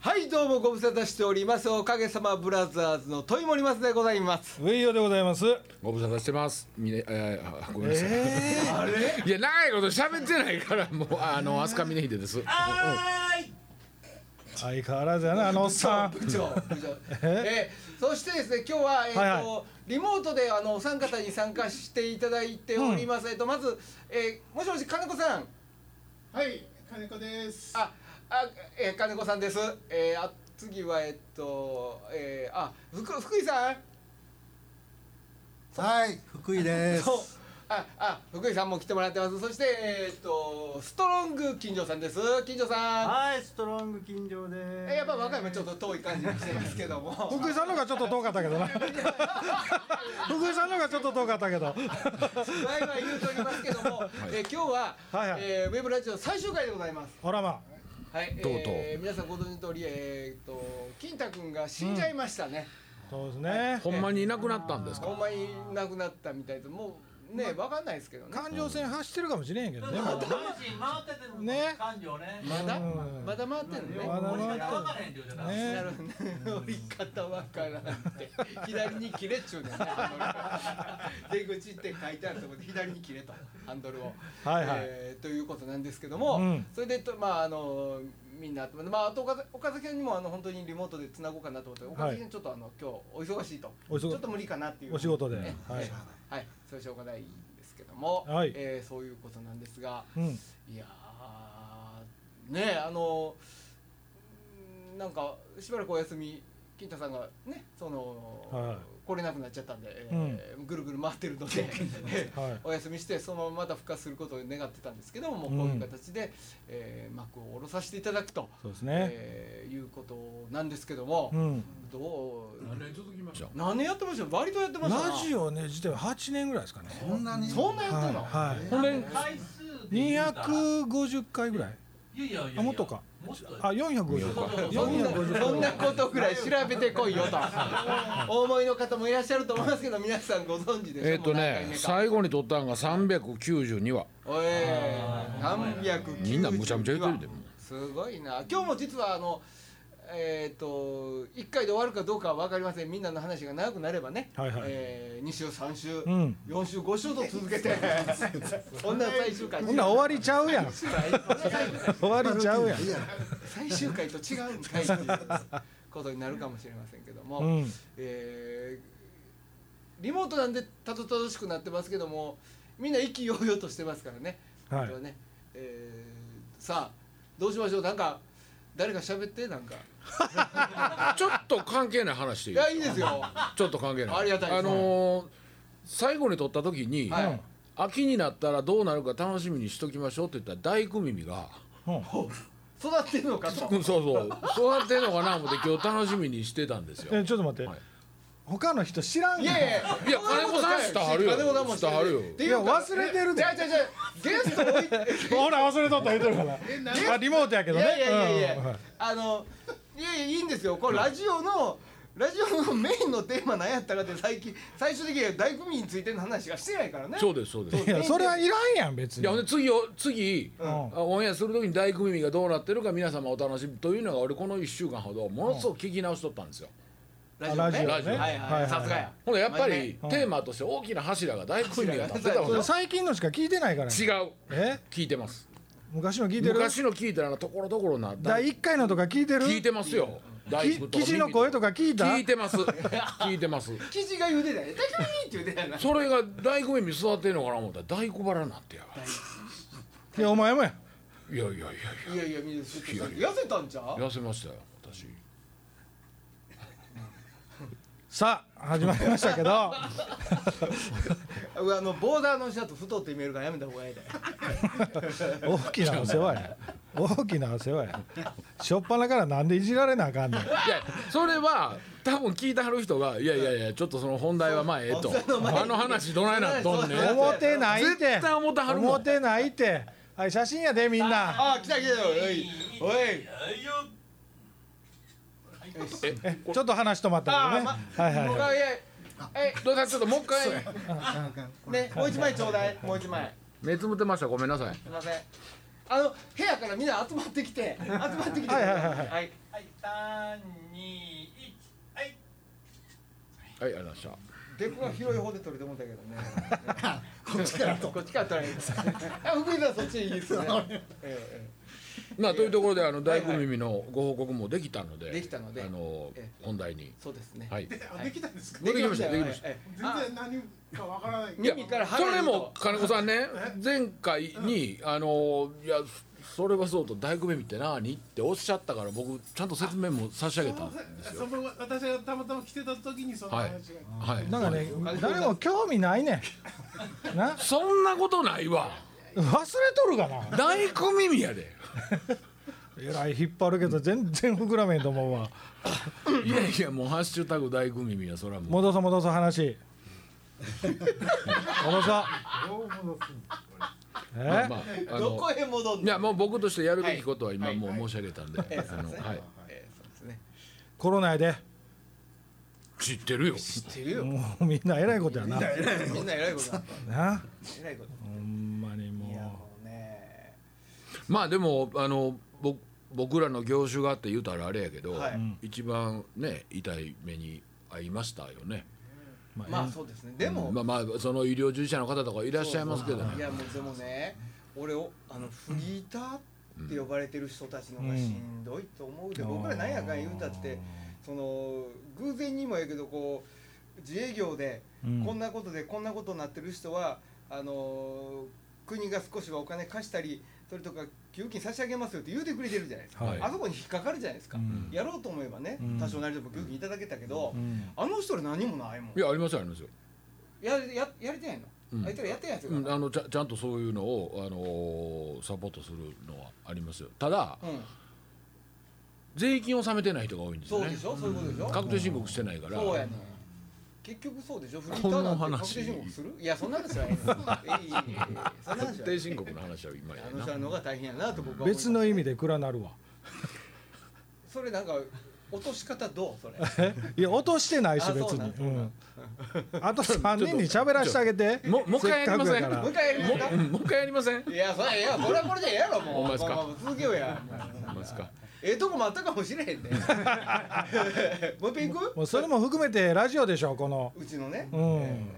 はいどうもご無沙汰しておりますおかげさまブラザーズの問いもりますでございますウェイヨでございます。ご無沙汰してます。みね、えー、あごめんなさい。あれ いや、長いこと喋ってないから、もう、ああの、飛鳥峰秀です。相変わらずやな、あのおっさん。部 長部長えーそしてですね今日はえっ、と、はいはリモートであのお三方に参加していただいております、えっとまず、えー、もしもし金子さんはい、金子です。あ、あ、えー、金子さんです。えー、あ、次はえっと、えー、あ、福福井さん。はい、福井でそう。あ、あ、福井さんも来てもらってます。そしてえーっとストロング金城さんです。金城さん。はい、ストロング金城でえす。ー、やっぱ和歌山ちょっと遠い感じがしてますけ ども。福井さんの方がちょっと遠かったけどな。福井さんの方がちょっと遠かったけど。ワイワイ言うとおりますけども、えー、今日は、はいはいえーウェブラジオ最終回でございます。ほらまはい。とうとうえー皆さんご存知の通り、えー、っと金太くんが死んじゃいましたね。あ。そうですね。ほんまにいなくなったんですほか。んまになくなったみたいですもうねわかんないですけどね環状線走ってるかもしれんけどね。マまジだ回っててもね感情ね。まだうんまだ回ってんのねまだ俺回がって分からへんって言うてた。ねなるほどね追い方わからんって左に切れっちゅうねんハン ドル出口って書いてあるところで左に切れとハンドルをはいはいえーということなんですけども、うんそれでとまああのみんな集まってまああと岡崎岡崎さんにもあの本当にリモートでつなごうかなと思って岡崎さんちょっとあの今日お忙しいとお忙ちょっと無理かなっていうお仕 事でねはいはい、それしょうがないんですけども、はいえーそういうことなんですが、うん。いやーねあのうんなんかしばらくお休み金太さんがねその、は来れなくなっちゃったんで、えーぐるぐる回ってるのではいお休みしてそのまままた復活することを願ってたんですけどももうこういう形で、えー幕を下ろさせていただくと、そうですね。えーいうことなんですけども、うん。どう何年続きましょ何年やってました割とやってましたなラジオね、自体は8年ぐらいですかね。そんなに。そんなやってんの、はいはいほんで、回数で言うたら。 250回ぐらい。いやいやいやいや。あもっとか。もっとあ、450そうそう回。そんな450そんなことくらい調べてこい よとお思いの方もいらっしゃると思いますけど皆さんご存知でしょえっともう何回ね、目か最後に撮ったんが三百九十二話。おい392みんなむちゃむちゃ言ってるでもうすごいな今日も実はあのえっ、と1回で終わるかどうかは分かりませんみんなの話が長くなればね、はいはいえ2週3週、ん4週5週と続け てそんな最終回みんな終わりちゃうやん。終わりちゃうやん。最終回と違うんかいっていうことになるかもしれませんけども、うんえーリモートなんでたどたどしくなってますけどもみんな意気揚々としてますからね,、はいこれねえーさあどうしましょうなんか誰か喋ってなんかちょっと関係ない話していいい。やいいですよちょっと関係ない。ありがたいですあのー最後に撮った時に。はい秋になったらどうなるか楽しみにしときましょうって言ったら大工耳がうん育ってるのかとうん そうそう育ってんのかな思って今日楽しみにしてたんですよえちょっと待って、はい他の人知らんいやんやいやいいや金子さんしたはるよ金子さんもしたはるよっていうかいや忘れてるでいやいやいやゲスト置いてほら忘れとった言うてるからまあリモートやけどねいやいやいやいうんはいや、 あの、いやいや、いいんですよ、これラジオの。ラジオのメインのテーマ何やったかって最近最終的には大工民についての話がしてないからねそうですそうでいすやそれはいらんやん別いにやほんで次を次、んあオンエアする時に大工耳がどうなってるか皆様お楽しみというのが俺この1週間ほどものすごく聞き直しとったんですよ、ラジオねあラジオねはいははいいはいさすがやほんでやっぱりうんテーマとして大きな柱が大工耳が立ってたそわれけ最近のしか聞いてないから違うえ聞いてます昔の聞いてる昔の聞いたらところどころな第1回のとか聞いてる聞いてますよ大工と記事の声とか聞いた聞いてます聞いてます記事が言うてたよ大工民って言うてたよなそれが大工耳育ってんのかな思ったら大工腹なんてやいやお前もやいやいやいやいいやいやみんなちょっと痩せたんちゃや痩せましたよ私さあ始まりましたけどうあのボーダーの人だと太って見えるからやめた方がいいで大きなお世話や大きなお世話やしょっぱなからなんでいじられなあかんねんいやそれは多分聞いてはる人が「いやいやいやちょっとその本題はまあええとそうそうあの話どないなんとんねん」そう思ってないって絶対思ってはるもん思ってないってはい写真やでみんなああ来た来たおいおいいやええちょっと話止まったけどねはいはい僕はいはえどうだちょっともう一回ねもう一枚ちょうだいもう一枚目つぶってましたごめんなさいすみません。あの部屋からみんな集まってきて、集まってきて。はいはいはいはいはい。三二一はいはいありがとうございましデコが広い方で取ると思ったけどね。 こっちからとこっちから取られる。 あ、福井さんそっちいいですね。えたまあというところであの大工耳のご報告もできたので、できたのであのえ本題にえ、そうですね。はいであできたんですかできましたできましたええ全然何かわからないいや耳からそ離れるれとも金子さんね前回にあのいやそれはそうと大工耳って何っておっしゃったから僕ちゃんと説明も差し上げたんですよその私がたまたま来てた時にその話が、はいなんかね誰も興味ないねんなそんなことないわ忘れとるかな大工耳やで えらい引っ張るけど全然膨らめんと思うわいやいやもう「ハッシュタグ大工耳」はそれはもう戻そう戻そう話戻そうえまあまああどのこへ戻んいやの。もう僕としてやるべきことは今もう申し上げたんでええ、そうあでのすね。はいええ、そうですね。コロナやで知ってるよ知ってるよ。もうみんなえらいことやなみんな偉いことだった。な偉いこと。ほんまにいやももうね。まあでもあのぼ僕らの業種があって言うたらあれやけど、はいうん一番ね痛い目に遭いましたよねうままああそうですね。でもまあまあその医療従事者の方とかいらっしゃいますけどいねやもうでもね俺をあのフリーターって呼ばれてる人たちの方がしんどいと思うで、僕らなんやかん言うたってその偶然にもやけどこう自営業でうんこんなことでこんなことになってる人は、あの国が少しはお金貸したりそれとか給付金差し上げますよって言うてくれてるじゃないですか、はいあそこに引っかかるじゃないですか、うんやろうと思えばねうん多少なりとも給付金いただけたけど、うんあの人ら何もないもんいやありますよありますよ、やややりてないの、うんあいつらやってないやつうんが、あのちゃちゃんとそういうのを、あのーサポートするのはありますよただうん税金を納めてない人が多いんですよそうねでしょ、そういうことでしょ確定申告してないからそうやねん結局そうでしょフリーターなんて確定申告するいやそんな話 はええねんいいいいいいいいそんな話確はええ定申告の話は今やあのな人らの方が大変やなと僕は思います別の意味で暗なるわそれなんか落とし方どう それえいや落としてないしあ別そうなにん うんあと3人に喋らしてあげてももう一回やりませせっんかくやからもう一回やりまもすかうんもう一回やりませんいやそれいやこれはこれでええやろもうほんまですかもうもう続けようやもうほんまですかええとこもあったかもしれへ んでもう一回行くもうそれも含めてラジオでしょこのうちのね、うん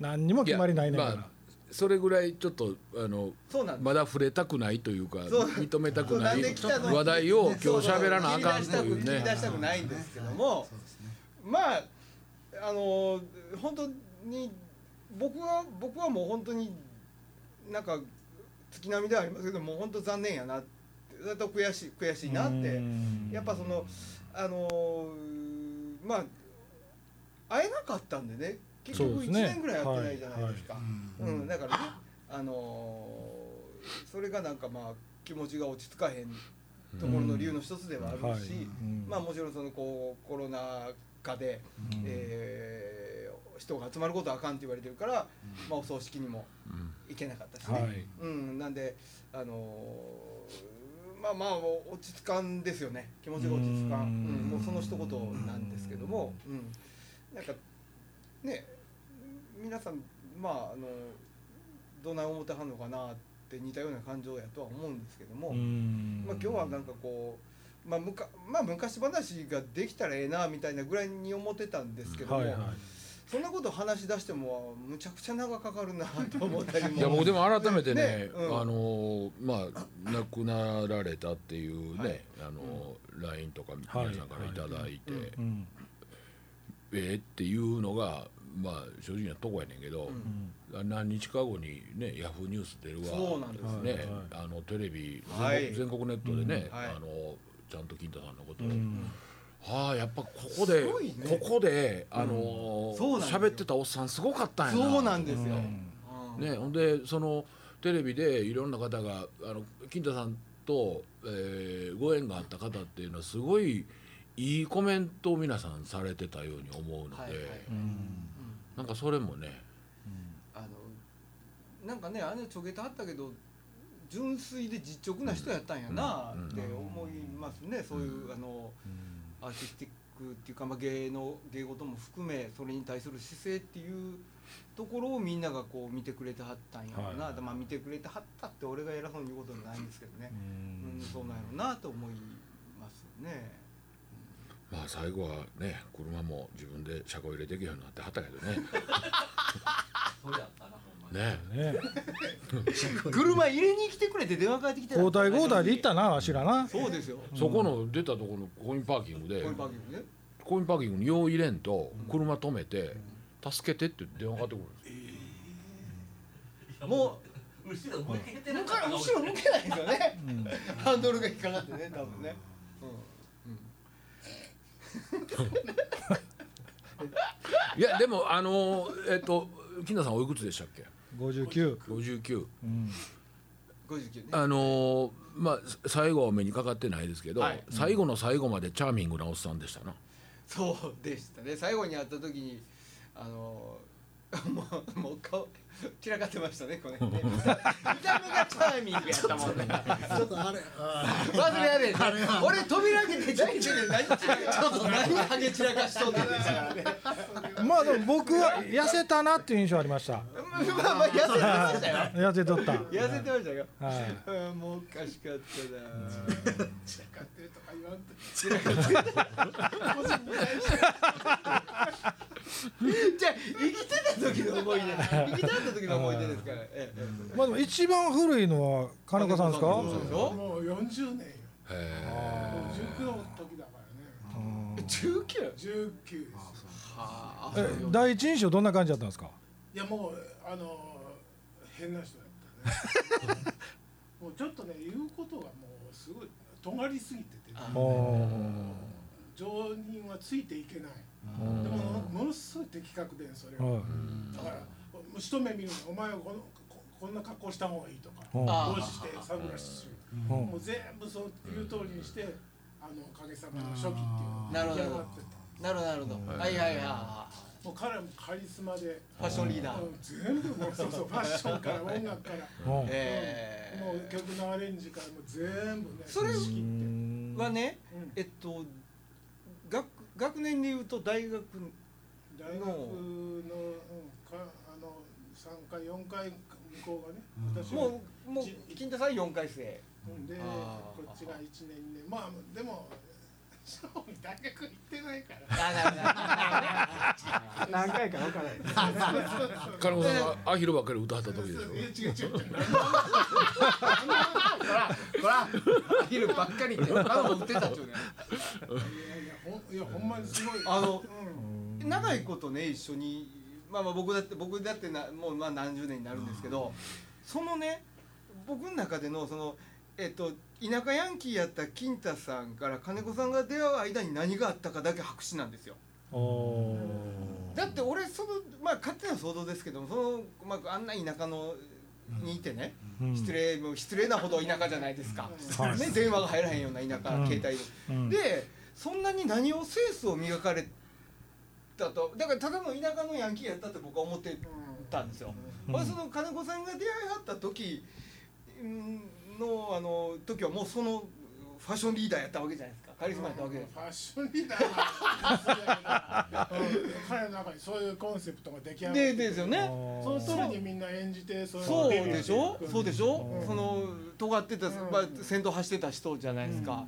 何にも決まりないねんからまあそれぐらいちょっとあのそうなんですまだ触れたくないというかそう認めたくなないんで来たの話題を今日喋らなあかんという切り出ねしたくないんですけども、まああの本当に僕は僕はもう本当になんか月並みではありますけどもう本当残念やなってずっと悔しい悔しいなってうんやっぱそのあのまあ会えなかったんでね結そう局1ですね年ぐらい会ってないじゃないですか。はいううんん、だからね、あのーそれがなんかまあ気持ちが落ち着かへんところの理由の一つではあるし、はいうんまあもちろんそのこうコロナ禍で、うんえー人が集まることはあかんって言われてるから、まあお葬式にも行けなかったしね、はいうん、なんであのーまあまあ落ち着かんですよね気持ちが落ち着かんううんん、もうその一言なんですけども、うん、なんかね皆さんまああのどない思ってはんのかなって似たような感情やとは思うんですけども、うんまあ、今日はなんかこう、まあ、むかまあ昔話ができたらええなみたいなぐらいに思ってたんですけども、はいはいそんなこと話し出してもむちゃくちゃ長かかるなと思ったりも。いや僕でも改めてねねうんあのまあ亡くなられたっていうね、あの LINE とか皆さんからいただいて、はいはいうんええっていうのがまあ正直なとこやねんけど、何日か後にねヤフーニュース出るわそうなんですね、はいはいあのテレビ全国,、はい全国ネットでね、うんはいあのちゃんと金太さんのことうを、んはあやっぱここですごいねここであのーそうなんですよ喋ってたおっさんすごかったんやなそうなんですよ。うんねほんでそのテレビでいろんな方があの金太さんと、えーご縁があった方っていうのはすごいいいコメントを皆さんされてたように思うので、はいはいうんなんかそれもねあのなんかねあのちょげたあったけど純粋で実直な人やったんやなうんって思いますね、そういうあのアーティスティックっていうか、まあ、芸能芸事も含めそれに対する姿勢っていうところをみんながこう見てくれてはったんやろうな、はいまあ見てくれてはったって俺が偉そうに言うことじゃないんですけどね、うんそうなんやろうなと思いますね。あ最後はね車も自分で車庫入れできるようになってはったけどねそれやったなほんまにねね車入れに来てくれて電話かかってきて交代交代で行ったなわしらなそうですよそこの出たところのコインパーキングでこういうパッケージねコインパーキングに用入れんと車止めて「助けて」って電話かかってくるんですも後ろ向けてうな向かっかた後ろ向けないんですよねうんハンドルが引っかかってね多分ねいやでもあのえっと金田さんおいくつでしたっけ59 59うん59ねあのまあ最後は目にかかってないですけど、はい最後の最後までチャーミングなおっさんでしたなそうでしたね最後に会った時にあのもうもう顔散らかってましたねこれね見た目がチャーミングやったもんねちょっとあれあまずやべえ俺扉開けて大丈夫何散らかちょっと何ハゲ散らかしとんねんですから ねまあでも僕は痩せたなっていう印象ありましたまあまあまあ痩せてましたよ痩せとった痩せてましたよはいうんもうおかしかったなー散らかってるとか言わんとじゃあ生きてた時の思い出生きてた時の思い出ですから、ええまあでも一番古いのは金子さんですかそうでしもう40年よへ19の時だからょね19 19ですよはえ第一印象どんな感じだったんですかいやもうあの変な人だったねもうちょっとね言うことがもうすごい尖りすぎててね、お常人はついていけないでもおものすごい的確でそれははいだからもう一目見るのお前はこのここんな格好した方がいいとかうんどうしてサングラスするうもんう全部そういう通りにしてあのおかげさまの初期っていうのをなるほど出来上がってたあなるほどなるほど、はいはいはいはいもう彼もカリスマでファッションリーダー、うん全部もうそう そうファッションから音楽からうんえもう曲のアレンジからもう全部ねそれ仕切ってー、はねうんえっと学学年でいうと大学大学の、うん、かあの三回四回向こうがね私はもうもう金田さん4回生うんであーこっちが一年二年まあでも正味大学行ってないからあなるほど何回か分からないえ金子さんがアヒルばっかり歌った時でしいやょ違う違う違うほらアヒル ばっかりって他のも売ってたっちゅうねいやいやほんいやほんまにすごいあのうん長いことね一緒にまあまあ僕だって僕だってなもうまあ何十年になるんですけど、そのね僕の中でのそのえっと田舎ヤンキーやった金太さんから金子さんが出会う間に何があったかだけ白紙なんですよ。おだって俺そのまあ勝手な想像ですけどもそのまああんな田舎のにいてね、うん失礼もう失礼なほど田舎じゃないですか、はいね、電話が入らへんような田舎、うん携帯うんでそんなに何をセンスを磨かれたとだからただの田舎のヤンキーやったって僕は思ってたんですよ。うんほんでその金子さんが出会いはった時うんのあの時はもうそのファッションリーダーやったわけじゃないですかカリスマやったわけじゃないですファッションリー ダーはうん彼の中にそういうコンセプトが出来上か。がっでてですよね。そのお通りにみんな演じてそそうでしょそうでしょ、うんその尖ってた、うんまあ、先頭走ってた人じゃないですか、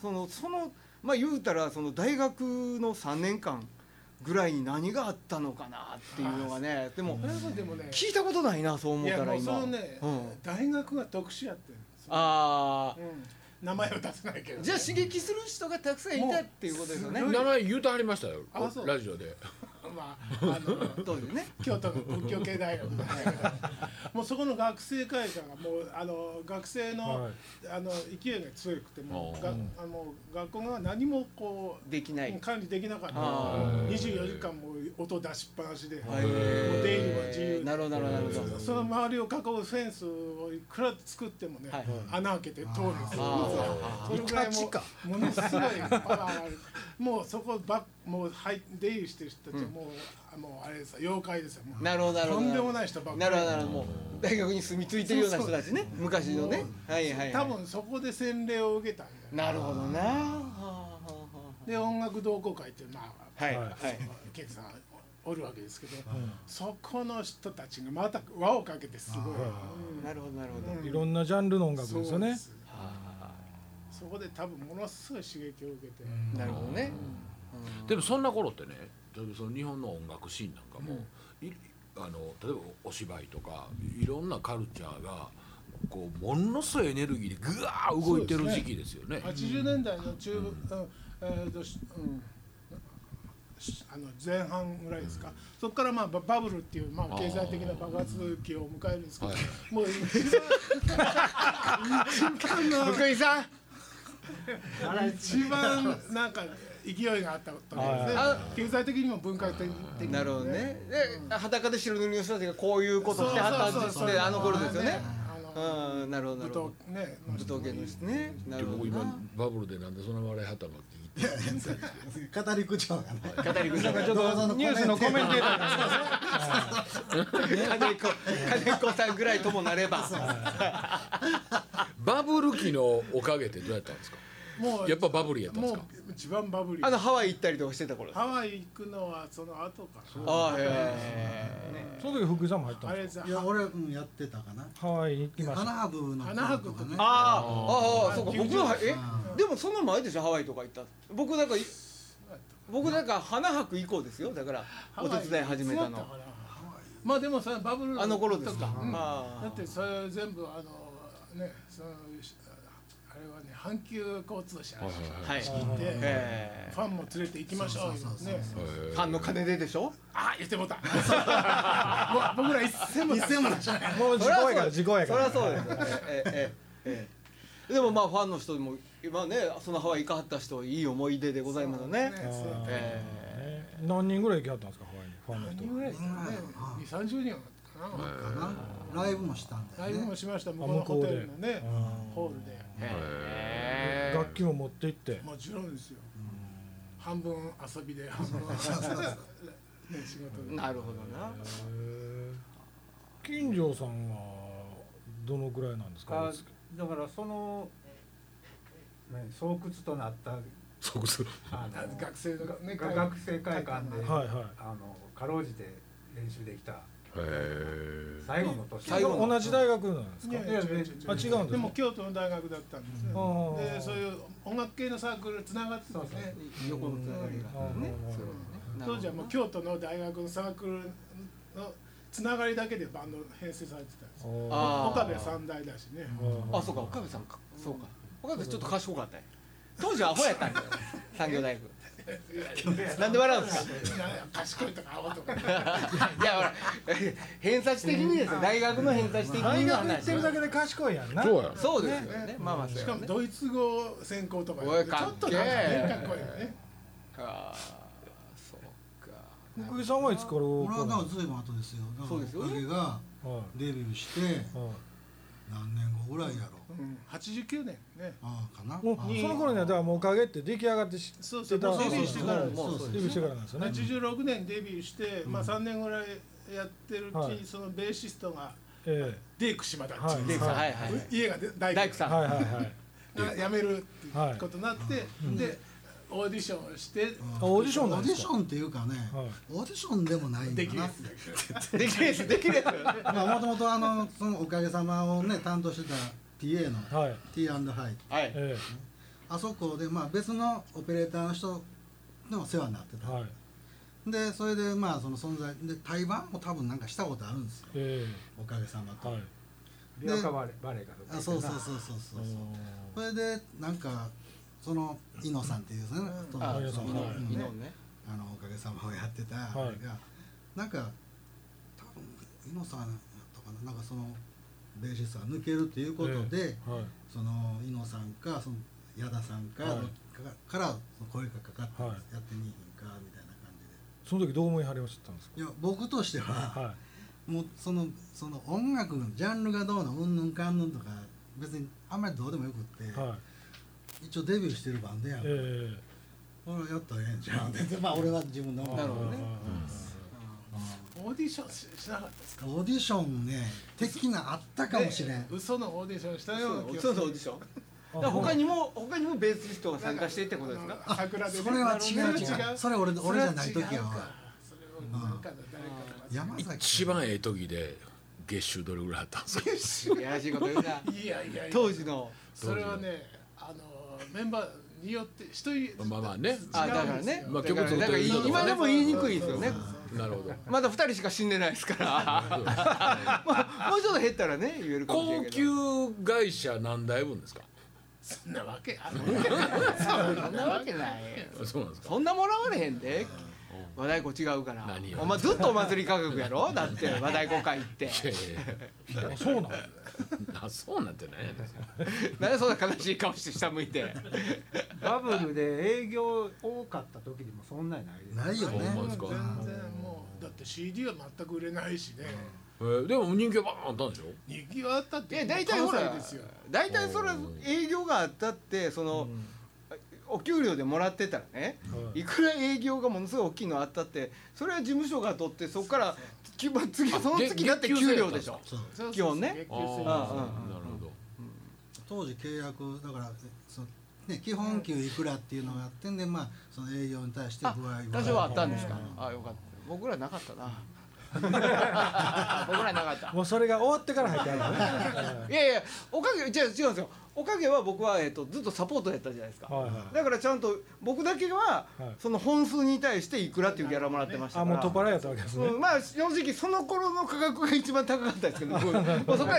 そのそのまあ言うたらその大学の3年間ぐらいに何があったのかなっていうのがねでもそれはでもね聞いたことないなそう思いっやたもらうそ今、のね、うん大学が特殊やってるんですよああうん、名前を出せないけどじゃあ刺激する人がたくさんいたっていうことですよねもう名前言うてはりましたよあそうラジオでまああの当時ね京都の仏教系大学じゃないけど もうそこの学生会館がもうあの学生の,、はいあの勢いが強くてもあうーがあの学校が何もこうできない管理できなかったあー24時間もう音出しっぱなしで、はいもう出入りは自由でなるほどなるほどなるほどその周りを囲うフェンスをいくら作ってもね、はい穴開けて通るんですよあそのぐらいいたちもかものすごいパワーがあるもうそこばっもう入出入りしてる人たちはもう,、あもうあれですよ妖怪ですよもーうなるほどなるほとどんでもない人ばっなかりるほどなるほどもう大学に住み着いてるような人たちね昔のねはいはい、はい、多分そこで洗礼を受けたんだなよねるほどな。はで音楽同好会っていうまあ、あはいははいい。ケイさんおるわけですけど、そこの人たちがまた輪をかけてすごい、なるほどなるほど。うんいろんなジャンルの音楽ですよねそうですはあそそこで多分ものすごい刺激を受けて、なるほどね、うんでもそんな頃ってね例えばその日本の音楽シーンなんかも、いあの例えばお芝居とかいろんなカルチャーがこうものすごいエネルギーでぐわー動いてる時期ですよね。 80年代の中、うんえーとしうんしあの前半ぐらいですか、そこからまあババブルっていう、まあ、経済的な爆発期を迎えるんですけど、はいもう一番一番の福井さん一番なんか勢いがあった時ですねは経済的にも文化的にもなるほどね。で、裸で白塗りの人たちがこういうことしてはったそうそんうですそうって、あの頃ですよね。あのうん、なるほど、な武るほど闘。ね武闘系の人ね。なでるほ僕どな今。バブルでなんでそんな笑いはったのって言って語り口調がね語り口なんかちょっとニュースのコメンテーターが金子金子さんぐらいともなれば。バブル期のおかげってどうやったんですかもうやっぱバブルやったんですもかう一番バブリーあのハワイ行ったりとかしてた頃です。あハワイ行くのはその後かあ、へその時福井さんも入ったらんあでれすですいや俺うんやってたかなかハワイに行きまし花た博の花博とかねねあ、ああ、ああ、そうか、 90僕は、えう、でもそんな前でしょ、ハワイとか行った。僕なんか、い僕なんか花博以降ですよ、だから、お手伝い始めたハの。ワイいつだったかなまあでもそれバブルあの頃ですか。うんだああってそれ全部あのねそのあれはね阪急交通社はい。聞いてえファンも連れて行きましょうそうそうそうそうねえファンの金ででしょ。あ言ってもうたもう僕ら一銭も出してないもう事故やから事故やそかりらゃそうですよね。ええええ。でもまあファンの人も今ねそのハワイ行かはった人いい思い出でございますよね。そうですねええー何人ぐらい行きはったんですかハワイにファンの何人人ぐらいですかねうん二三十人はかなかなライブもしたんだラよイねブもしました向こうのホテルのねうんホールでえ楽器も持って行ってもちろんですよ半分遊びで半分ね仕事でなるほどな。金城さんはどのぐらいなんですかあだからその、ね、巣窟となったそうそうあ学生ののねが学生会館で、はいはいあのかろうじて練習できたへえ最後の年最後の同じ大学なんですいかやいや違う違うあ違うんですかでも京都の大学だったんですねうんでそういう音楽系のサークルつながってたんですね横のつながりがね。当時はもう京都の大学のサークルのつながりだけでバンド編成されてたんですよああー岡部は三大だしねーあそうか岡部さんかそうか岡部さんちょっと賢かったよ。当時はアホやったんだ よ産業大学。なんで笑うんですか。 賢いとか青とかいやほら偏差値的にですよ大学の偏差値的大にの学行話ってるだけで賢いやんなそうやそうですよねまあまあそうしやかねもドイツ語専攻とかおいちょっとなんかかねかっっけこえいいよねかそうか福井さんはいつから俺ははもうずいぶん後ですよだからそうですよねおかげがいはデビューして何年後ぐらいやろうん89年ねああかなもうああその頃にはだからもうおかげって出来上がってしそうそそううももううデビデビューューししててかかららでですねすよもうそうデでビューすしてからなんですよね86年デビューして、まあ、3年ぐらいやってるうち、はいそのベーシストがえデイク島田っちはゅ、いうデイクさんはいはいはう家がで大い大工さえんはいはいはいが辞めるっていうことになって、でオーディションして、あオーディションオなーんデでィすシかョンっていうかね、はいオーディションでもないんでだきるなやつだけできるやつできるやつまあもともとあのそのおかげさまをね担当してた TA のはい T&Hi はいえあそこでまあ別のオペレーターの人でも世話になってえた、はいでそれでまあその存在で対バンも多分なんかしたことあるんですよえおかげさまえと、はいビアカバレバレーかどっかあそうそうそうそうそうそうそれでなんかその伊野さんっていうね、そのあそのはいうん昨日ねあのおかげさまをやってたあれが、はいなんか多分伊野さんだったかななんかそのベーシストが抜けるということで、はいその伊野さんかその矢田さんか,、はいからその声がかかって、はいやってみいひんかみたいな感その時どう思いはりましたんですじでいや僕としては、かはいもうそのその音楽のジャンルがどうのうんぬんかんぬんとか別にあんまりどうでもよくって、はい一応デビューしてるバンドやんか、ええほらやったらええんちゃうんででまあ俺は自分のなるほどねオーディションししなかったですかオーディションね的なあったかもしれん、ね嘘のオーディションしたような気がそうそうオーディションだから他にも他にもベーシストが参加してってことですかあの桜でねそれは違う違それはうそれ俺俺じゃない時違うやかわそれをなんかの誰かが山崎一番ええ時で月収どれぐらいあったんですかいやらしいこと言うないやいやいや当時のそれはねあのメンバーによって一人違うんですよまあまあねああだからねまあだから曲作だっかてらる人とかね今でも言いにくいですよねなるほどまだ2人しか死んでないです からもうちょっと減ったらね言えるかもしれ 高ないけ級ど会社何台分ですかそんなわけあるそんなわけないよあそうなんですかそんなもらわれへんで和太鼓違うから何よお前ずっとお祭り価格やろだって和太鼓会行っていやいやいやあそうなんあそうなんてないやね何でそんな悲しい顔して下向いてバブルで営業多かった時でもそんなにないですないほよんねまですか全然もうだって CD は全く売れないしねえーでも人気はバーンあったんでしょ人気はあったっいてや大体ほら関西ですよ大体それ営業があったってその、お給料でもらってたらね、いくら営業がものすごい大きいのあったってそれは事務所が取ってそこからきま次あその次げだって月給給制や料ったんでですしょかそうそうそうそう基本ね月あ給制ーなるほど当時契約だからそのね基本給いくらっていうのがあってんでまあその営業に対して具合が多少はあったんですか、あよかった僕らなかったな僕らなかったもうそれが終わってから入ってあるのねいやいやおかげ違う違うんですよおかげは僕は、えっとずっとサポートやったじゃないですか、はいはいだからちゃんと僕だけは、はいその本数に対していくらっていうギャラもらってましたあからもう取っ払いやったわけですねうん、まあ正直その頃の価格が一番高かったですけど僕もうそこから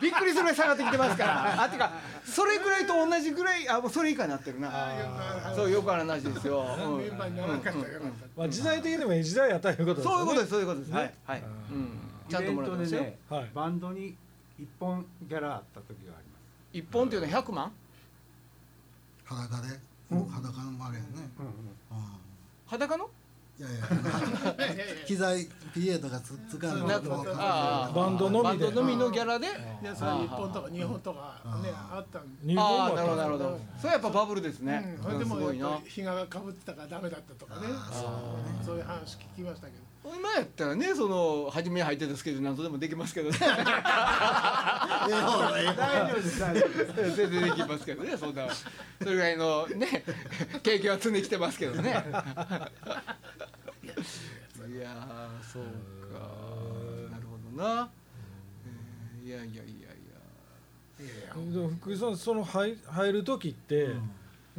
びっくりするぐらい下がってきてますからあてかそれぐらいと同じぐらいあもうそれ以下になってるなあそうよくある話ですよ、あうんメンバーにならなかったよかったまあ時代的にもいい時代やったということですそういうこよねとですそういうことです、はいはい、うん、ちゃんとイもベンらってトまですよね、はいバンドに一本ギャラあった時があります一本っていうのは100万裸で裸のあれやね、うんうん裸のうん、いやいや 機材 PA とかつつかんなでくもうああバンドのバみンでドのみのギャラででそれ1本とか2本とかねあったんで日本もあああっなるほどたなるほどそれやっぱバブルですね、うん、それでもすごいやっなぱり日がかぶってたからダメだったとかねそういう話聞きましたけど今やったらねその初め入ってたスケジュールなんとでもできますけどねええ方がええ方が大丈夫です大丈夫です全然できますけどねそんなそれぐらいのね経験は積んできてますけどねいやーそうかなるほどな、えーいやいやいやいでも福井さんその入入る時って、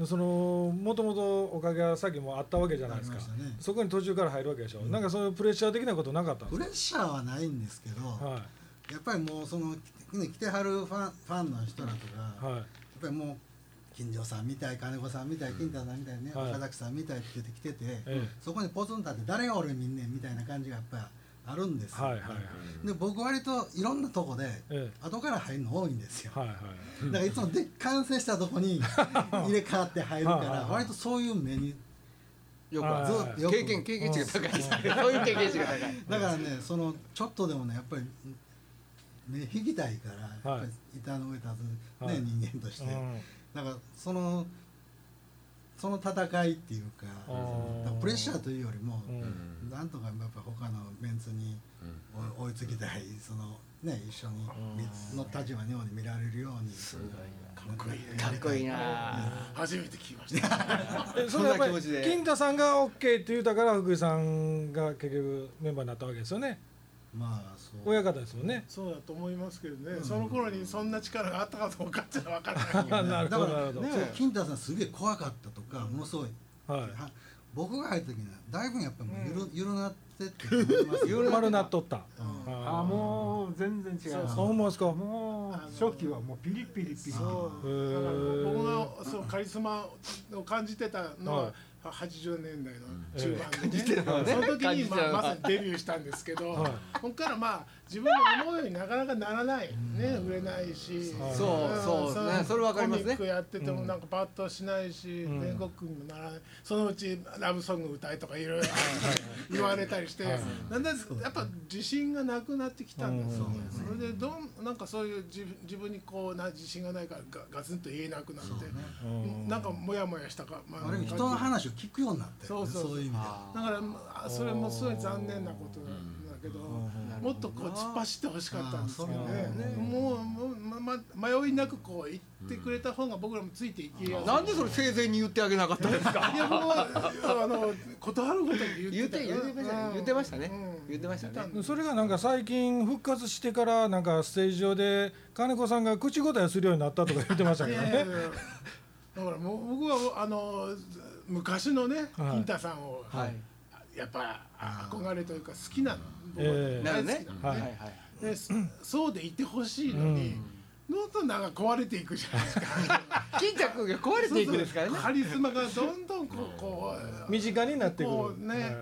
そのもともとおかげはさっきもあったわけじゃないですかありましたねそこに途中から入るわけでしょ、なんかそういうプレッシャー的なことなかったんですプレッシャーはないんですけど、かはやっぱりもうその、ね、来てはるファンファンの人らとか、いはいやっぱりもう金城さんみたい金子さんみたい金太さんみたいね、はい岡崎さんみたいって言ってきてて、えそこにポツン立って誰が俺見んねんみたいな感じがやっぱりあるんですよ、はいはいはいで僕割といろんなとこでえ後から入るの多いんですよはいはいだからいつもで完成したとこ に入れ替わって入るかはいはいはらい割とそういう目にやよくあるはいずっとよく経験経験値が高いですねそういう経験値が高いだからねそのちょっとでもねやっぱり目引きたいから、はいやっぱり板の上立つ、ねはい人間として、うんだからそのその戦いっていうかあーだからプレッシャーというよりも、うんなんとかやっぱ他のメンツに追追いつきたいそのね一緒にの立場のように見られるようにかっこいいかっこいいな初めて聞きましたえそれはやっぱそんな気持りちで金太さんが OK って言うたから福井さんが結局メンバーになったわけですよねまあそう親方ですもんねそうだと思いますけどね、その頃にそんな力があったかどうかっていうのは分からないあなるほどだかならるほど、そう金太さんすげえ怖かったとかものすごい、はいは僕が入った時にはだいぶやっぱりもうゆる,、ゆるなってって思いますよ、丸なっとった、うんああもう全然違いますあほんまですかもう初期はもうピリピリピリそうへだからー僕のそうカリスマを感じてたのははい80年代の中盤で、ねのねその時感じに、てまたのあ、まさにデビューしたんですけど、はいここからまあ自分の思うようになかなかならないね売れないし、はいんそうそうねそれわかりますねコミックやっててもなんかバッとしないし、全国区にもならないそのうちラブソング歌えとかいろいろ言われたりして、だんだんやっぱ自信がなくなってきたんですよね、それでどんなんかそういう自分自分にこうな自信がないからガガツンと言えなくなって、なんかモヤモヤしたか、まあれ人の話を聞くようになってそうそうそういう意味ではだからまあそれもすごい残念なことなんだけど、もっとこう突っ走ってほしかったんですけどねもうもう、まま、迷いなくこう行ってくれた方が僕らもついていきやすい。なんでそれ生前に言ってあげなかったんですかいや僕はあの断るごとに言言っってて言ってましたね言ってましたねう言ってまんしたねそれがなんか最近復活してからなんかステージ上で金子さんが口答えするようになったとか言ってましたいけどやいやいねやだからもう僕はあの昔のね、はいインタさんを、はいやっぱあ憧れというか好きなの、僕はえなるほどね大好きなはのねいいはいでそそうでいてほしいのに、どんどんなんか壊れていくじゃないですか金太君が壊れていくですからねカリスマがどんどんこうこえう身近になってくこうるね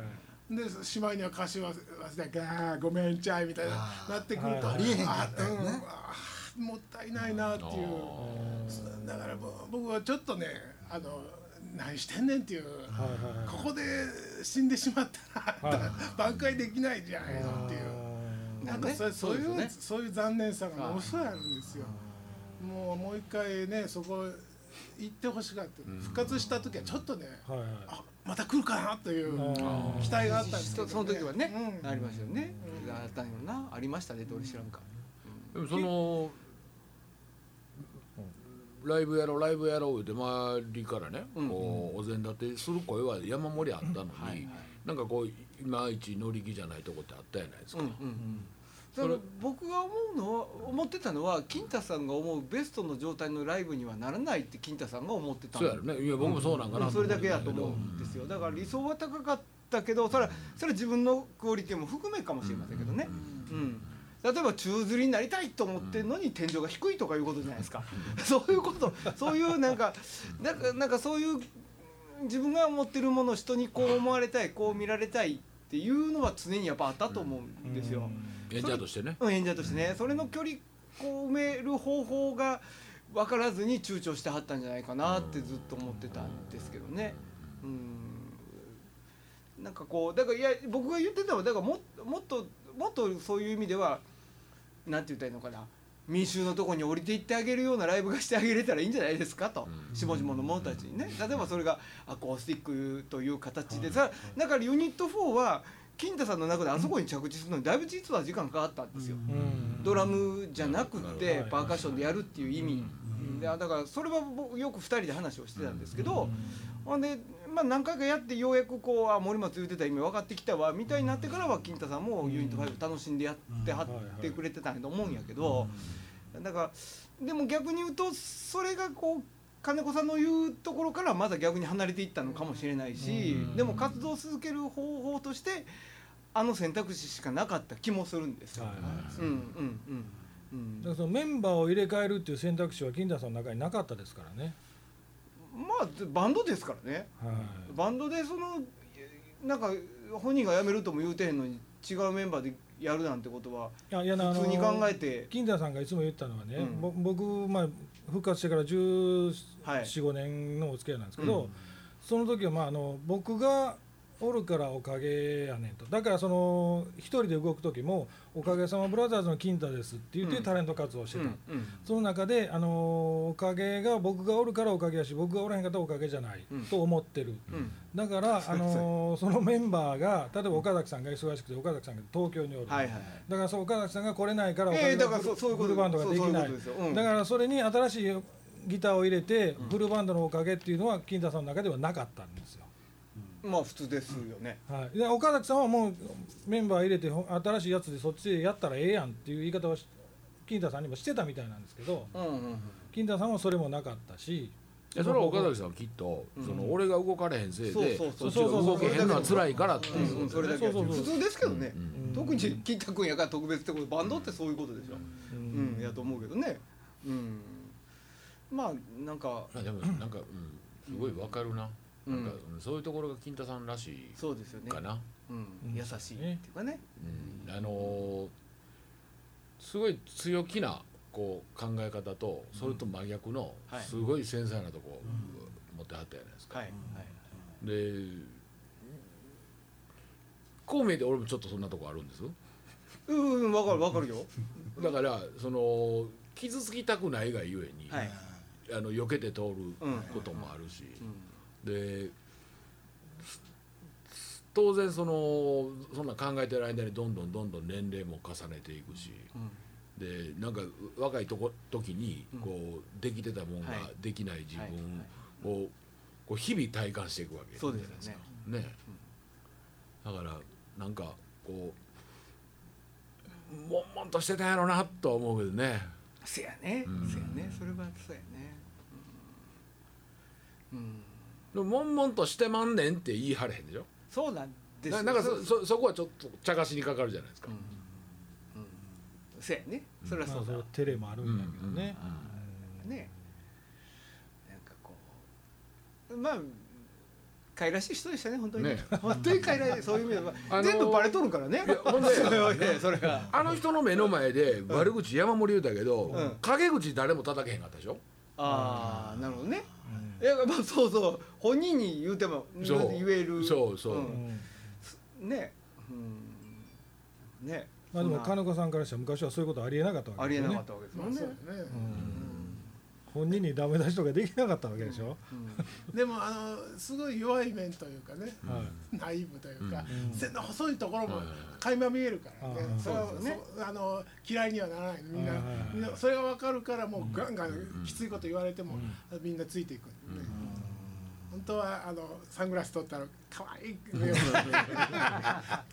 でしまいには歌詞忘れてあーごめんちゃいみたいなあーなってくるとはいありえへんあかったよねうんあーもったいないなっていうそうだからもう僕はちょっとねあの何してんねんっていうはいはいはいここで死んでしまったら、はい挽回できないじゃないのっていうなんかそ,、そういうそうですよねそういう残念さがものすごいあるんですよもうもう一回ねそこ行ってほしかった復活した時はちょっとねはいはいあまた来るかなというあー期待があったんですけど、そその時はね、うんありましたよね、あったよなありましたねどれ知らんか、でもそのライブやろうライブやろうって周りからね、うんこうお膳立てする声は山盛りあったのに、なんかこういまいち乗り気じゃないとこってあったじゃないですうんか、うんうんだから僕が思うのは思ってたのは金太さんが思うベストの状態のライブにはならないって金太さんが思ってたそうやろねいや僕もそうなんかなうんそれだけやと思ううんですよだから理想は高かったけどそれはそれは自分のクオリティも含めかもしれませんけどね、うん例えば宙吊りになりたいと思ってるのに天井が低いとかいうことじゃないですか そういうことそういうなんかなんかなんかそういう自分が思ってるものを人にこう思われたいこう見られたいっていうのは常にやっぱあったと思うんですよ。演者としてねうん演者としてねそれの距離こう埋める方法が分からずに躊躇してはったんじゃないかなってずっと思ってたんですけどね。うんなんかこうだからいや僕が言ってたのはだからももっともっとそういう意味ではなんて言ったらいいのかな民衆のとこに降りていってあげるようなライブがしてあげれたらいいんじゃないですかと、う下々の者たちにね例えばそれがアコースティックという形でさだからユニット4は金太さんの中であそこに着地するのにだいぶ実は時間かかったんですよ。うんドラムじゃなくなるほてどパーカッションでやるっていう意味でだからそれは僕よく2人で話をしてたんですけどほんでまあ何回かやってようやくこうあ森松言ってた意味分かってきたわみたいになってからは金太さんもユニット5楽しんでやってはってくれてたんやと思うんやけどだからでも逆に言うとそれがこう金子さんの言うところからまだ逆に離れていったのかもしれないしでも活動を続ける方法としてあの選択肢しかなかった気もするんですよ。はいはいうんうんうんうんだからそのメンバーを入れ替えるっていう選択肢は金田さんの中になかったですからね。まあでバンドですからねはい。バンドでそのえなんか本人が辞めるとも言うてへんのに違うメンバーでやるなんてことはいやいやあの普通に考えて金田さんがいつも言ってたのはね、うんぼ僕、まあ、復活してから1415、はい5年のお付き合いなんですけど、うんその時は、まあ、あの僕がおるからおかげやねんとだからその一人で動く時も「おかげさまブラザーズの金太です」って言ってうんタレント活動してうんた、うんその中で、あのおかげが僕がおるからおかげやし僕がおらへんかったらおかげじゃない、うんと思ってる。うんだ から、あのそのメンバーが例えば岡崎さんが忙しくて岡崎さんが東京におる、はいはいはいだからそう岡崎さんが来れないから岡ええ崎だがからフルそうそういうこフとルバンドができそうそういうなこいとですようんだからそれに新しいギターを入れてフルバンドのおかげっていうのは金田さんの中ではなかったんですよ。まあ普通ですよねはい、で岡崎さんはもうメンバー入れてほ新しいやつでそっちでやったらええやんっていう言い方をし金田さんにもしてたみたいなんですけどうんうん金田さんはそれもなかったしいやそれは岡崎さんはきっと、その俺が動かれへんせいでそうそそっうちそうが動けへんのは辛いからってういんううんそれだけやそうそうそう普通ですけどねうん特に金太君やから特別ってことバンドってそういうことでしょうんやと思うけどねうんまあなんかまあでもなんか、うん、すごいわかるな,、うんなんかうんそういうところが金太さんらしいそうですよねかな、うん優しいっていうかねうんあのーすごい強気なこう考え方とそれと真逆のはいすごい繊細なとこ持ってはったじゃないですか。はいはいでこう見えて俺もちょっとそんなとこあるんですうんうんわかるわかるよだからその傷つきたくないがゆえに、はいあの避けて通るうんこともあるし、うんです当然そのそんな考えてる間にどんどんどんどん年齢も重ねていくし。うんでなんか若いとこ時にうんこうできてたもんがはいできない自はい分をこう日々体感していくわけそうですよねねだからなんかこう悶々としてたんやろなとは思うけどねせやね、うんせやねそれはそうやね、うんでも悶々としてまんねんって言い張れへんでしょそうなんですなよなんかそそそこはちょっと茶化しにかかるじゃないですか、せやねそれはまそあうそだれわはテレもあるんだけどね、ねなんかこうまあかいらしい人でしたね本当に、ね本当にかいらしいそういう意味では、あのー全部バレとるからねいやほんでそれはねそれがあの人の目の前で悪口山盛り言うたけど、うん陰口誰も叩けへんかったでしょああなるほどね、いやまあそうそう本人に言うても言そうえるそうそう、ううんんねうんねまあでもそんな金子さんからしたら昔はそういうことありえなかったわあけりでえすよなねかったわけですまもあんねそう、だね、本人にダメ出しとかできなかったわけでしょ、でもあのすごい弱い面というかね、はいナイーブというか、うん線の細いところもうん垣間見えるからね、うんそれはそうですねそあの嫌いにはならないみんな,、はいはいはいみんなそれが分かるからもうガンガンきついこと言われても、みんなついていくんでね、本当はあのサングラス取ったら可愛い目を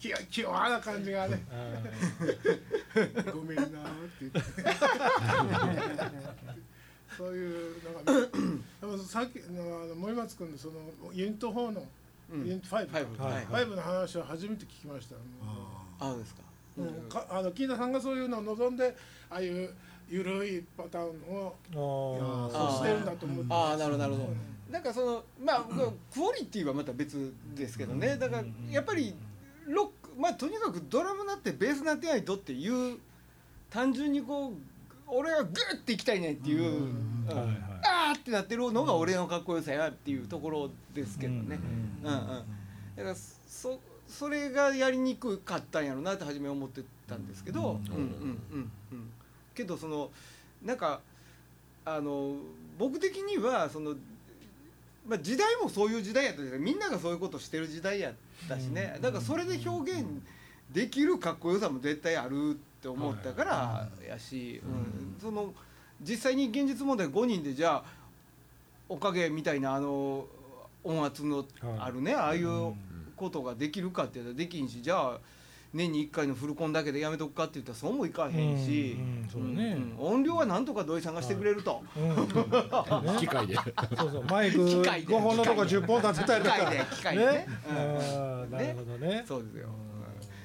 清清和な感じがね「ごめんな」って言ってそういうのが、ね、でもさっきのあの森松君のそのユニット4の、ユニット5か、はいはいファイブの話は初めて聞きました、あそうですかうんかあの金田さんがそういうのを望んでああいうゆるいパターンをあそうしてるんだと思ってああなるほどなるほど、なんかそのまあクオリティはまた別ですけどねだからやっぱりロックまあとにかくドラムなってベースなってないとっていう単純にこう俺はグッていきたいねっていう、うんはいはいあーってなってるのが俺のかっこよさやっていうところですけどね、うんうんだからそそれがやりにくかったんやろなって初め思ってたんですけど、うん、うんうんうんけどそのなんかあの僕的にはその、まあ、時代もそういう時代やったじゃないみんながそういうことしてる時代やったしね、だからそれで表現できるかっこよさも絶対あるって思ったからやし、うん、その実際に現実問題5人でじゃあおかげみたいなあの音圧のあるね、ああいうことができるかって言ったらできんしじゃあ年に1回のフルコンだけでやめとくかって言ったらそうもいかへんし、うんうんそうだねうん音量はなんとか土井さんがしてくれると。うん機械でそうそうマイク 機械で5本のとこ10本立てたり機と械かで機械でねねうんあーなるほどねそうですよ、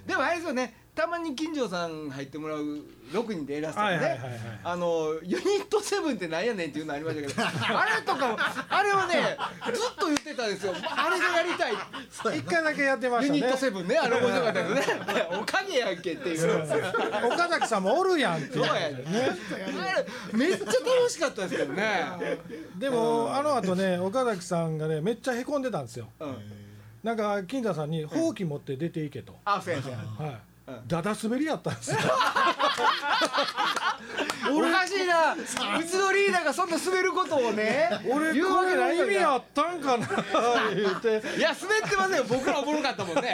でもあれですよねたまに金城さん入ってもらう6人で偉そうはいね、はいはいはいあのユニットセブンってなんやねんっていうのありましたけ どあれとかもあれはねずっと言ってたんですよあれがやりたい一回だけやってまユしたニットねセブンねあれ面白かったけどねおかげやんけっていうそうや岡崎さんもおるやんっていうねあれめっちゃ楽しかったですけどね、でもあの後ね岡崎さんがねめっちゃへこんでたんですようん、なんか金田さんに「ほうき持って出ていけ」と。あそうやそうやはい、だだ滑りやったんですよおかしいなうちのリーダーがそんな滑ることをね俺言うこわけなれいの意に味あったん かな言っていや滑ってませんよ僕らおもろかったもんね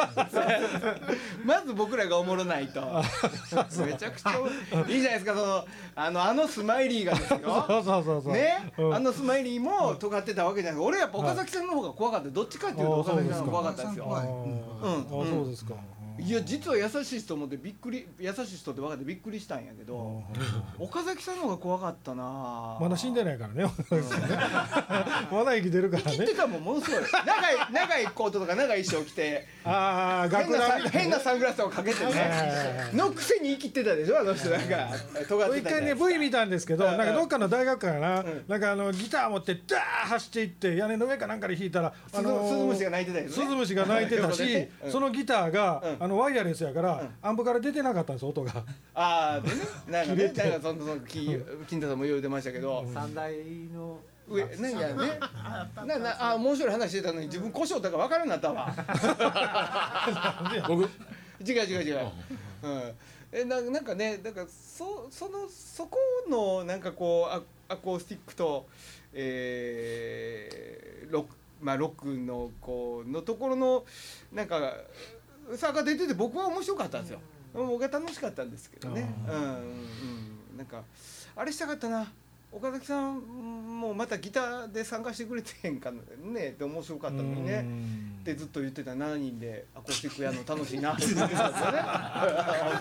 まず僕らがおもろないとめちゃくちゃいいじゃないですかそのあのあのスマイリーがですそようそうそうそうね、うんあのスマイリーも尖ってたわけじゃなくて俺やっぱ岡崎さんの方が怖かったどっちかっていうとあ岡崎さんの方が怖かったんですそうあでよすーうんあそうですかいや実は優しい人思ってびっくり優しい人って分かってびっくりしたんやけど岡崎さんの方が怖かったなまだ死んでないからね岡崎さんね まだ生きてるから生きねてたもんもの すごい長い長いコートとか長い衣装着てああ変楽な団さ変なサングラスをかけてねのくせに生きてたでしょあの人なんか尖って一たじゃ回なねいですか V 見たんですけどうなんんかどっかの大学からななんかあのギター持ってダー走っていって屋根の上かなんかで弾いたらあ鈴の鈴ー虫が泣いてたよね鈴虫が泣いて たうんしそのギターがうんあのワイヤレスやからアンプから出てなかったんです音がああでねなんか切れねてなんかそのその金金太さんも言うてましたけど三大の上なんかねななあ面白い話してたのに自分故障だから分からんなったわ違僕う違う違ううんえななんかねだからそそのそこのなんかこうアアコースティックとえーロックまあロックのこうのところのなんか差が出てて僕は面白かったんですよ。僕は楽しかったんですけどね。うんうんうんなんかあれしたかったな。岡崎さんもまたギターで参加してくれてへんかなねで面白かったのにね。ってずっと言ってた7人でアコースティックやるの楽しい なって言ってたんですよね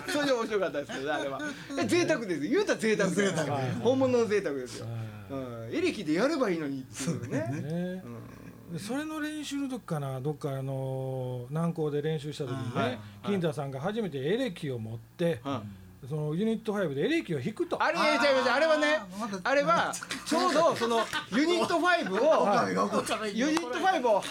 それで面白かったですけどねあ れはえ贅沢です言うたら贅沢です本物の贅沢ですよ、うん、エレキでやればいいのにっていうねねうんでそれの練習の時かなどっかあの南港で練習した時にね金太さんが初めてエレキを持ってはそのユニット5でエレキを弾くとあれえちゃいましたあれはねまだあれはちょうどそのユニット5 あをよくユニット5を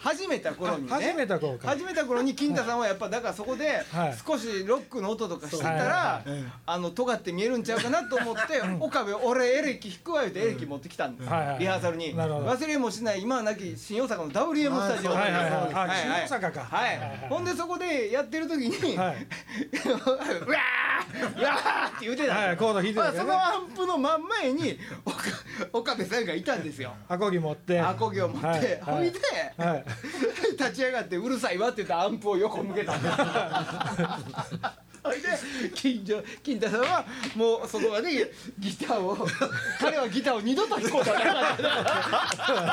始めた頃にね始めた頃から始めた頃に金太さんはやっぱだからそこではい少しロックの音とかしてたはいはらあの尖って見えるんちゃうかなと思って「岡部俺エレキ弾くわ」言うてエレキ持ってきたんですはいはいリハーサルになるほど忘れもしない今はなき新大阪の WM スタジオはいはいはいあはいはい新大阪かはいはいはいほんでそこでやってる時に「うわはーいうわー!」って言うてたんですよはいコード弾いてまたあけどそねのアンプの真ん前に岡岡部さんがいたんですよアコギ持ってアコギを持って、はいほはいいで、 はい立ち上がって「うるさいわ」って言ったアンプを横向け たんですほいで金城金太さんはもうそこまでギター を彼はギターを二度と弾こうとはなかったいや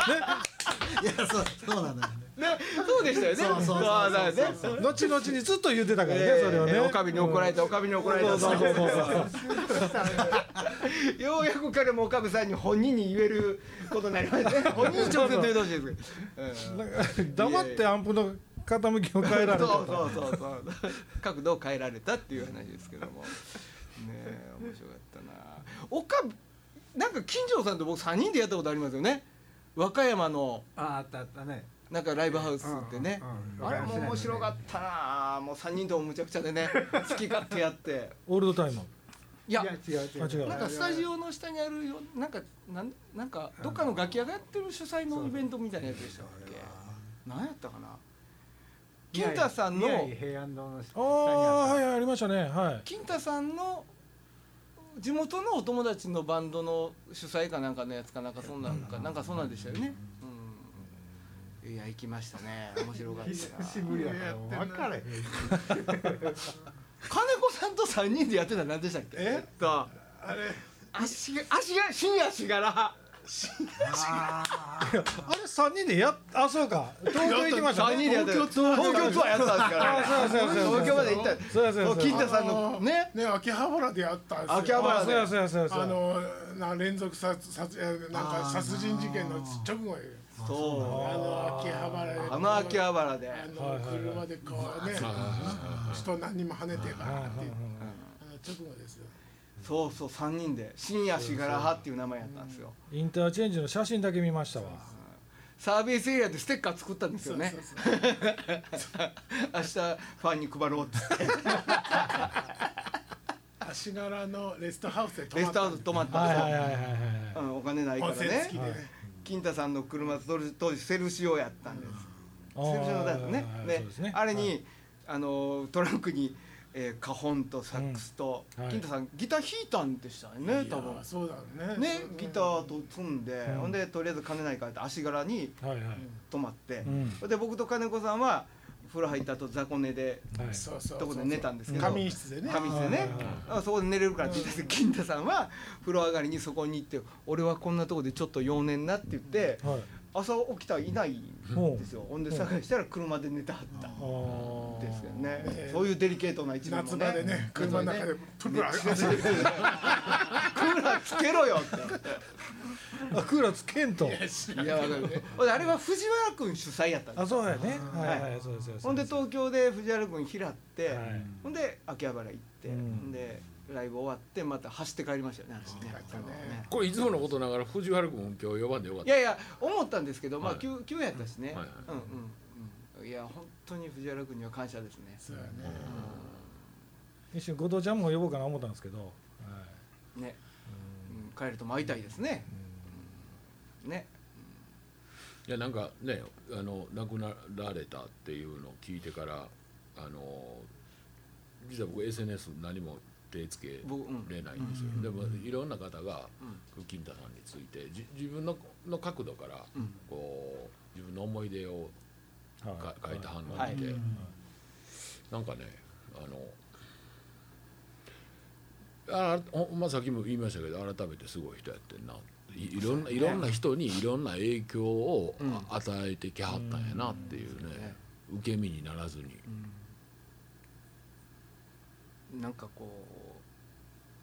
そうそうなんだよねねそうでしたよねそうそうそうそうだからね後々にずっと言ってたからねえーそれをねおかみに怒られたおかみに怒られそうそうそうたそうようやく彼もおかみさんに本人に言えることになりま したね本人に直接言うてほしいですけどうん なんか黙ってアンプの傾きを変えられそたうそうそうそう角度を変えられたっていう話ですけどもねえ面白かったなおかなんか金城さんと僕3人でやったことありますよね和歌山のああったあったねなんかライブハウスってね、うんうあんれも面白かったなもう3人ともむちゃくちゃで ね好き勝手やってオールドタイムいやいや違う違うあ違うなんかスタジオの下にあるよなんかなんなんかどっかの楽器屋がやってる主催のイベントみたいなやつでしたっけ何やったかな金太さんの宮城平安堂の下ああにあはっいはいありましたねはい金太さんの地元のお友達のバンドの主催かなんかのやつかなんかそんなんかなんかそんなんでしたよね。うん、いや行きましたね面白かったた久なしぶりやからもう分からへん金子さんと3人でやってたの何でしたっけえっとあれ足が足が新足柄あれ三人でやっあそうか東京行きました3人でやってた東東京京ツアーやったんですから、あそうやそうやそうや東京まで行ったそうやそうやそそうう金太さんのねね秋葉原でやったんですよ秋葉あ原そうやそうやそうやそうやあのな連続殺殺えーなんか殺人事件の直後よそあの秋葉原でうあの秋葉原であはいのはいはい車でこうね人何人も跳ねてバーっていうあの直後ですよそうそう3人で新足柄派っていう名前やったんですよインターチェンジの写真だけ見ましたわサービスエリアでステッカー作ったんですよねそうそうそう明日ファンに配ろうって足柄のレストハウ スで泊レスまトハったウス泊まったんはですいよはいはいはいはいうんお金ないから温泉付きでねね金太さんの車当時当時セルシオやったんですセあールシオのだねはいでそうですねあれはいにあのトランクにえーカホンとサックスとうんはい金太さんギター弾いたんでしたね多あ分そうだろうねねギターと積んでうんほんでとりあえず金ないからって足柄にはいはい泊まってうんほんで僕と金子さんは風呂入った後雑魚寝ではいそうそうとこで寝たんですけど仮眠室でね仮眠室でねあそこで寝れるからって言って金太さんは風呂上がりにそこに行って「俺はこんなとこでちょっと幼年な」って言ってはい朝起きたらいないんですよほんで探したら車で寝てはったあーんですよねねそういうデリケートな一面も夏ね場 でね車の中でプルプルクーラーつけろよあクーラーつけんとっていやわかるほんであれは藤原君主催やったんであすそうやねはいはいはいそうですそうすほんで東京で藤原君拾っはていほんで秋葉原行ってうんほんでライブ終わってまた走って帰りましたよね走ってねこれいつものことながら藤原君今日呼ばんでよかっいたやいや思ったんですけど、まあはい急急やったしね、はいはいうんうんうんいや本当に藤原君には感謝ですね、そうやね一瞬後藤ちゃんも呼ぼうかな思ったんですけどはいね、うん、帰るとも会いたいですね、ねいやなんかねあの亡くなられたっていうのを聞いてからあの実は僕 SNS 何も手つけれ僕うんないんですよ、でもいろんな方が金太さんについてじ自分のの角度からうんこう自分の思い出をはか書いてはんのはいを見て、なんかねあのあほんまあさっきも言いましたけど改めてすごい人やってんないいろんないろんな人にいろんな影響をうんあ与えてきはったんやなっていうね、受け身にならずに、なんかこう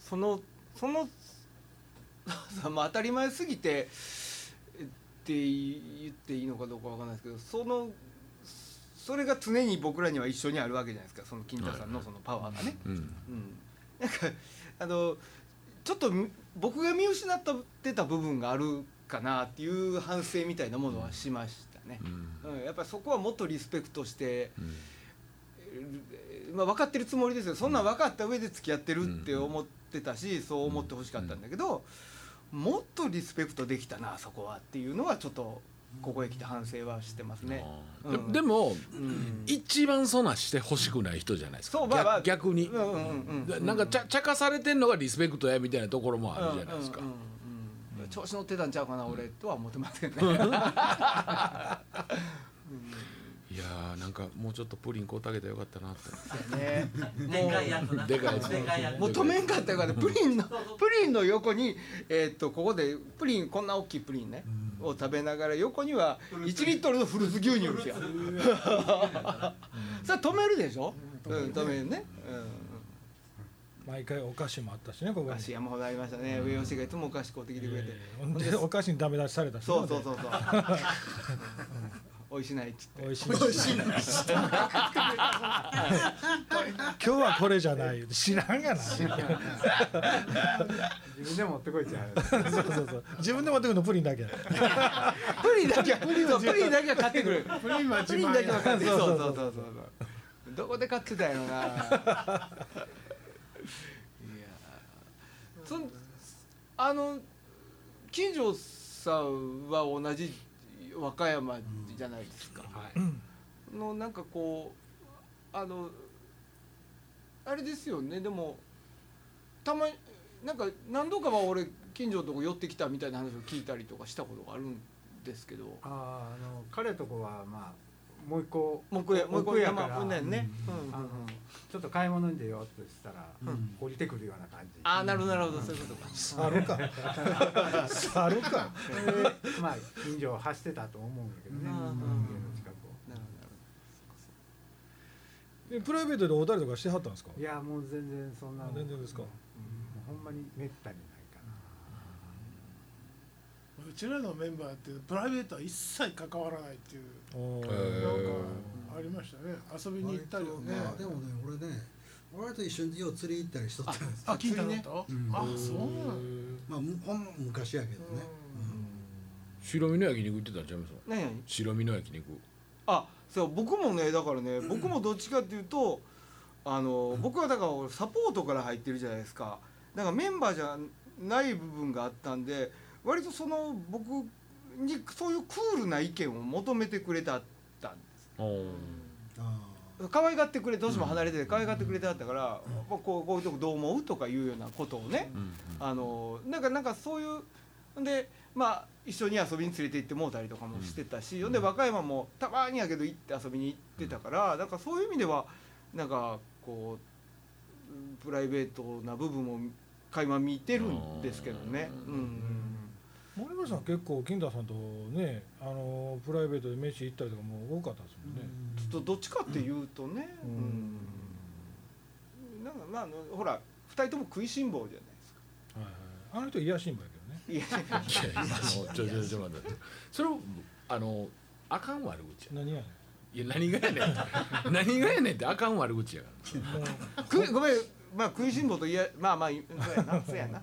そ のそのまあ当たり前すぎてって言っていいのかどうかわかんないですけどそのそれが常に僕らには一緒にあるわけじゃないですかその金太さんのそのパワーがね。うんうん、なんかあのちょっとみ僕が見失ってた部分があるかなっていう反省みたいなものはしましたね。うんうん、やっぱりそこはもっとリスペクトしてうんえーまあ、分かってるつもりですよそんなん分かった上で付き合ってるって思ってたし、そう思ってほしかったんだけど、もっとリスペクトできたなそこはっていうのはちょっとここへ来て反省はしてますね。あーでうんでも、ん一番そんなんしてほしくない人じゃないですかそうまあまあ逆逆に、うんうんうんうんなんかちゃちゃかされてんのがリスペクトやみたいなところもあるじゃないですか、うんうんうんうん調子乗ってたんちゃうかな俺とは思ってませんね。 いやーなんかもうちょっとプリン買うてあげたらよかったなってねでかいやつなでかいやつでかいやつもう止めんかったからプリ ンのプリンの横にえーっとここでプリンこんな大きいプリンね、を食べながら横には1リットルのフルーツ牛乳 ですよ。さあ止めるでしょ。うん止めるね。う毎回お菓子もあったしねこん。こお菓に子山ほどありましたね。上吉がいつもお菓子買ってきてくれて。ほんでお菓子にダメ出しされたしねそうそうそう そう。おいしないっつって。美味しい美味しい今日はこれじゃない知らんがなそう自分で持ってこいってやるそうそう自分で持ってくるのプリンだけプリンだけはプリンプリンだけは買ってくる。プリンはプ自リンだ慢けはや買ってくる。そうそうそうそうそう。どこで買ってたんやろな。いやー、そんあの金城さんは同じ和歌山じゃないですか。はい。のなんかこうあのあれですよねでもたまになんか何度かは俺近所のとこ寄ってきたみたいな話を聞いたりとかしたことがあるんですけど。あーあの彼とこはまあもう一個木屋奥やから、ね、うんあのちょっと買い物に出ようとしたら、ん降りてくるような感じああなるほどなるほどそういうことか猿か猿かでまあ近所を走ってたと思うんだけどうんね、家の近くなるほどなるえプライベートでおたりとかしてはったんですかをいやもう全然そんなの全然ですかうんもうほんまにめったにないかなうちらのメンバーってプライベートは一切関わらないっていうおーへーなんかありましたね遊びに行ったりとかねまあでもね俺ね俺と一緒によう釣り行ったりしとったんですあ聞いたことうんあそうなんまあむほん昔やけどね白身の焼肉行ってたんちゃいますほど何何白身の焼肉あそう僕もねだからね僕もどっちかっていうとあの僕はだから俺サポートから入ってるじゃないですかだからメンバーじゃない部分があったんで割とその僕にそういうクールな意見を求めてくれたったんですあ可愛がってくれどうしても離れてて可愛がってくれてあったから、まあこうこういうとこどう思うとかいうようなことをね、あのなんかなんかそういうでまあ一緒に遊びに連れて行ってもうたりとかもしてたし、ほんで和歌山もたまにやけど行って遊びに行ってたから、なんかそういう意味ではなんかこうプライベートな部分も垣間見てるんですけどね。うん森村さん結構金田さんとねあのプライベートで飯行ったりとかも多かったですもんねちょっとどっちかっていうとね、うんうんなんかまああのほら2人とも食いしん坊じゃないですか。はいはいあの人癒やしんぼやけどねいやいやいやあのちょちょちょ待ってそれをあのあかん悪口や何やねんいや何がやねん何がやねんってあかん悪口やから食いごめんまあ食いしん坊といやまあまあそうやなそうやな、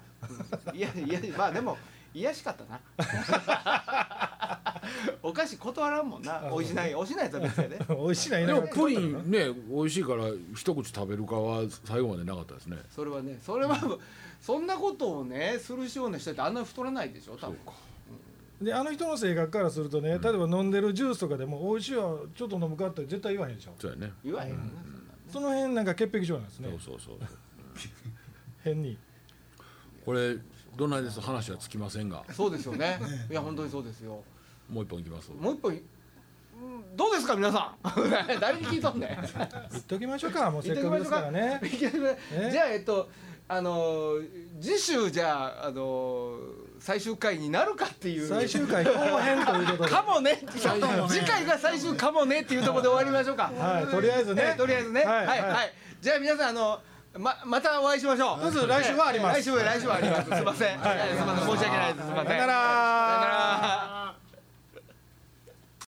うんいやいやまあでも癒やしかったな お菓子断らんもんなおいしないおいしないやつは別やで美味しいないでなもプリンね美味しいから一口食べるかは最後までなかったですねそれはねそれはそんなことをねするような人ってあんな太らないでしょ多分であの人の性格からするとね例えば飲んでるジュースとかでも美味しいわちょっと飲むかって絶対言わへんでしょそうやね言わへんよねその辺なんか潔癖症なんですそうねそうそうそう変にこれどないです話はつきませんがそんなんねそうですよねいや本当にそうですよもう一本いきますもう一本うんどうですか皆さん 誰に聞いとんねん言っときましょうかもうせっかくですからねいきなりじゃあえっとあのー次週じゃあ、あのー最終回になるかっていう最終回後編ということ でかもね次回が最終かもねっていうところで終わりましょうかはいとりあえずねとりあえずねははいいはい、はいじゃあ皆さんあのままたお会いしましょうそうです来週はあります来週は来週はありますすいません、はい、すいません申し訳ないですすいませんさよさよならなら